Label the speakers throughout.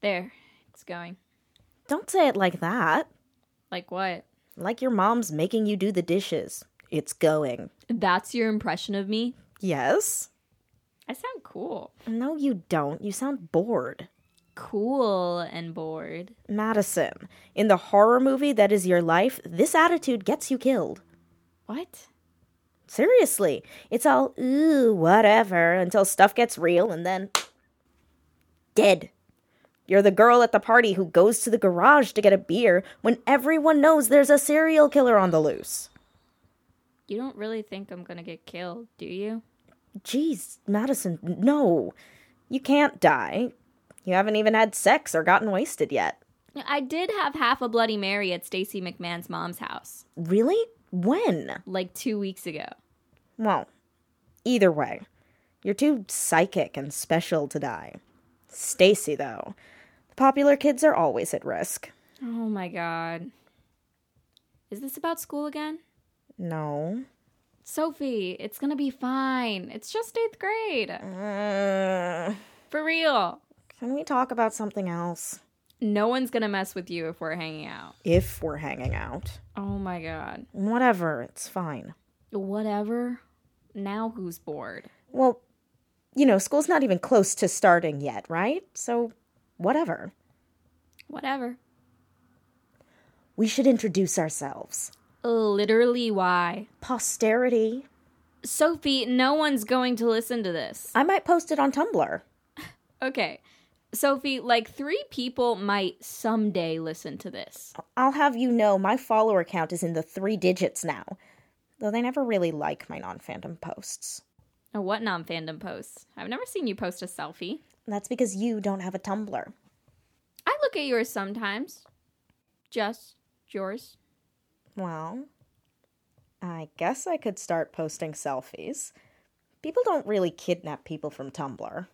Speaker 1: There, it's going.
Speaker 2: Don't say it like that.
Speaker 1: Like what?
Speaker 2: Like your mom's making you do the dishes. It's going.
Speaker 1: That's your impression of me?
Speaker 2: Yes?
Speaker 1: I sound cool.
Speaker 2: No, you don't. You sound bored.
Speaker 1: Cool and bored.
Speaker 2: Madison, in the horror movie that is your life, this attitude gets you killed.
Speaker 1: What?
Speaker 2: Seriously. It's all, ooh, whatever, until stuff gets real and then. dead. You're the girl at the party who goes to the garage to get a beer when everyone knows there's a serial killer on the loose.
Speaker 1: You don't really think I'm gonna get killed, do you?
Speaker 2: Jeez, Madison, no. You can't die. You haven't even had sex or gotten wasted yet.
Speaker 1: I did have half a Bloody Mary at Stacy McMahon's mom's house
Speaker 2: Really? When?
Speaker 1: like two weeks ago.
Speaker 2: Well, either way, you're too psychic and special to die. Stacy, though. The popular kids are always at risk.
Speaker 1: Oh my god. Is this about school again?
Speaker 2: No.
Speaker 1: Sophie, it's gonna be fine. It's just eighth grade.
Speaker 2: Uh,
Speaker 1: For real.
Speaker 2: can we talk about something else?
Speaker 1: No one's gonna mess with you if we're hanging out.
Speaker 2: If we're hanging out.
Speaker 1: Oh my god.
Speaker 2: Whatever, it's fine.
Speaker 1: Whatever. Now who's bored?
Speaker 2: Well, you know, school's not even close to starting yet, right? So, whatever.
Speaker 1: Whatever.
Speaker 2: We should introduce ourselves.
Speaker 1: Literally why?
Speaker 2: Posterity.
Speaker 1: Sophie, no one's going to listen to this.
Speaker 2: I might post it on Tumblr.
Speaker 1: Okay. Sophie, like three people might someday listen to this.
Speaker 2: I'll have you know my follower count is in the three digits now, though they never really like my non fandom posts.
Speaker 1: A what non fandom posts? I've never seen you post a selfie.
Speaker 2: That's because you don't have a Tumblr.
Speaker 1: I look at yours sometimes. Just yours.
Speaker 2: Well, I guess I could start posting selfies. People don't really kidnap people from Tumblr,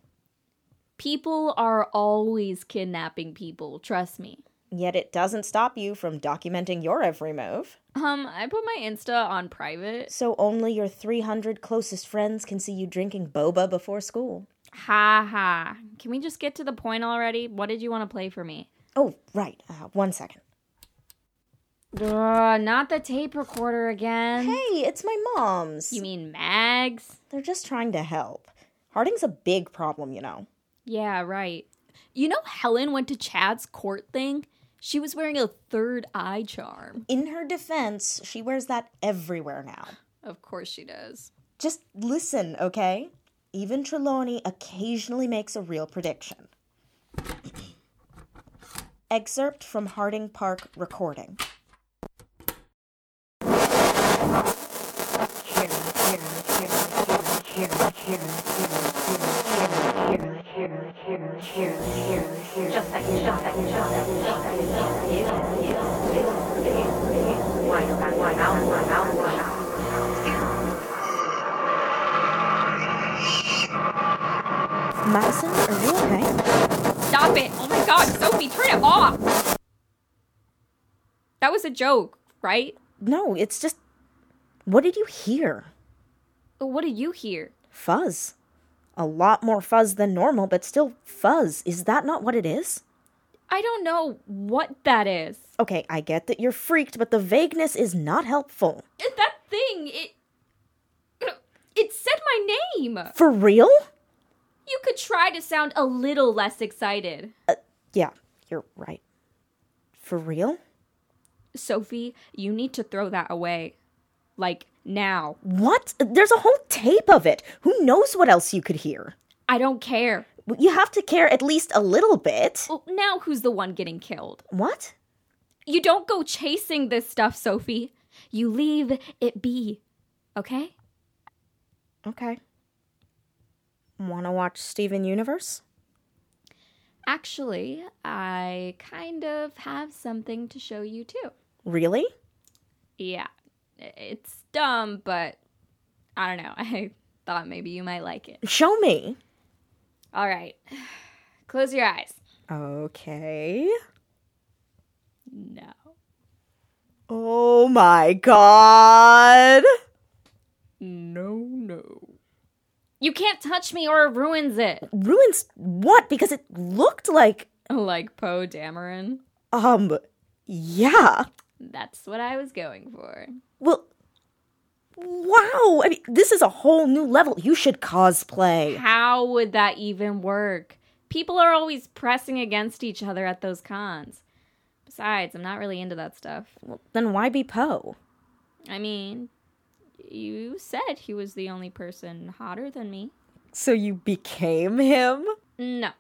Speaker 1: People are always kidnapping people, trust me.
Speaker 2: yet it doesn't stop you from documenting your every move.
Speaker 1: Um, I put my Insta on private.
Speaker 2: So only your 300 closest friends can see you drinking boba before school.
Speaker 1: Ha ha. Can we just get to the point already? What did you want to play for me?
Speaker 2: Oh, right, uh, one second.
Speaker 1: Ugh, not the tape recorder again.
Speaker 2: Hey, it's my mom's.
Speaker 1: You mean mags?
Speaker 2: They're just trying to help. Harding's a big problem, you know.
Speaker 1: Yeah, right. You know, Helen went to Chad's court thing? She was wearing a third eye charm.
Speaker 2: In her defense, she wears that everywhere now.
Speaker 1: Of course she does.
Speaker 2: Just listen, okay? Even Trelawney occasionally makes a real prediction. Excerpt from Harding Park recording. Madison, are you okay?
Speaker 1: Stop it! Oh my god, Sophie, turn it off! That was a joke, right?
Speaker 2: No, it's just. What did you hear?
Speaker 1: What did you hear?
Speaker 2: Fuzz. A lot more fuzz than normal, but still fuzz. Is that not what it is?
Speaker 1: I don't know what that is.
Speaker 2: Okay, I get that you're freaked, but the vagueness is not helpful.
Speaker 1: It- That thing, it. It said my name!
Speaker 2: For real?
Speaker 1: You could try to sound a little less excited.
Speaker 2: Yeah, you're right. For real?
Speaker 1: Sophie, you need to throw that away. Like, now.
Speaker 2: What? There's a whole tape of it. Who knows what else you could hear?
Speaker 1: I don't care.
Speaker 2: You have to care at least a little bit.
Speaker 1: Well, now who's the one getting killed?
Speaker 2: What?
Speaker 1: You don't go chasing this stuff, Sophie. You leave it be. Okay?
Speaker 2: Okay. Want to watch Steven Universe?
Speaker 1: Actually, I kind of have something to show you too.
Speaker 2: Really?
Speaker 1: Yeah. It's dumb, but I don't know. I thought maybe you might like it.
Speaker 2: Show me.
Speaker 1: All right. Close your eyes.
Speaker 2: Okay.
Speaker 1: No.
Speaker 2: Oh. my god.
Speaker 1: No, no. You can't touch me or it ruins it.
Speaker 2: Ruins what? Because it looked like
Speaker 1: Like Poe Dameron.
Speaker 2: um yeah.
Speaker 1: That's what I was going for.
Speaker 2: Well Wow. I mean this is a whole new level. You should cosplay.
Speaker 1: How would that even work? People are always pressing against each other at those cons. Besides, I'm not really into that stuff.
Speaker 2: Then why be Poe?
Speaker 1: I mean, you said he was the only person hotter than me.
Speaker 2: So you became him?
Speaker 1: No.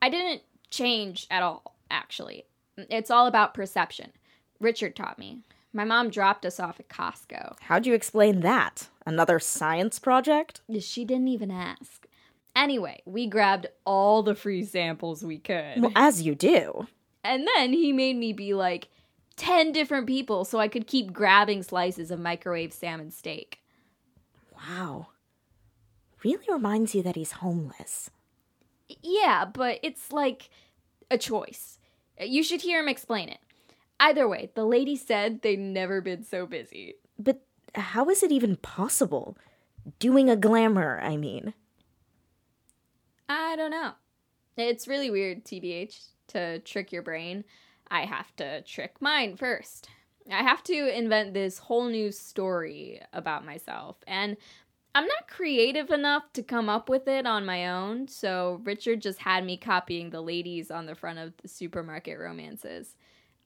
Speaker 1: I didn't change at all, actually. It's all about perception. Richard taught me. My mom dropped us off at Costco.
Speaker 2: How'd you explain that? Another science project?
Speaker 1: She didn't even ask. Anyway, we grabbed all the free samples we could.
Speaker 2: Well, as you do.
Speaker 1: And then he made me be like 10 different people so I could keep grabbing slices of microwave salmon steak.
Speaker 2: Wow. Really reminds you that he's homeless.
Speaker 1: Yeah, but it's like a choice. You should hear him explain it. Either way, the lady said they'd never been so busy.
Speaker 2: But how is it even possible? Doing a glamour, I mean.
Speaker 1: I don't know. It's really weird, TBH, to trick your brain. I have to trick mine first. I have to invent this whole new story about myself, and I'm not creative enough to come up with it on my own, so Richard just had me copying the ladies on the front of the supermarket romances.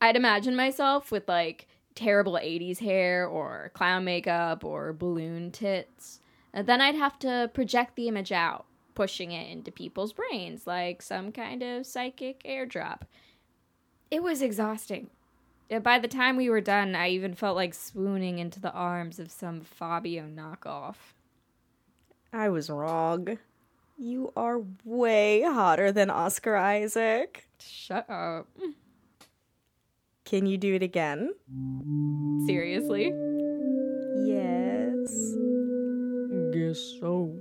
Speaker 1: I'd imagine myself with like terrible 80s hair or clown makeup or balloon tits. And Uh, then I'd have to project the image out, pushing it into people's brains like some kind of psychic airdrop. It was exhausting. And By the time we were done, I even felt like swooning into the arms of some Fabio knockoff.
Speaker 2: I was wrong. You are way hotter than Oscar Isaac.
Speaker 1: Shut up.
Speaker 2: Can you do it again?
Speaker 1: Seriously?
Speaker 2: Yes.
Speaker 1: Guess so.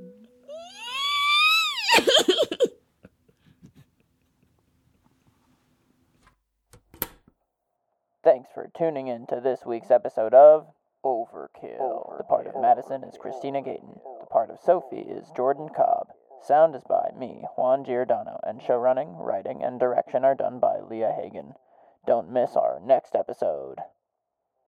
Speaker 3: Thanks for tuning in to this week's episode of Overkill. The part of Madison is Christina Gayton. The part of Sophie is Jordan Cobb. Sound is by me, Juan Giordano, and showrunning, writing, and direction are done by Leah Hagen. Don't miss our next episode.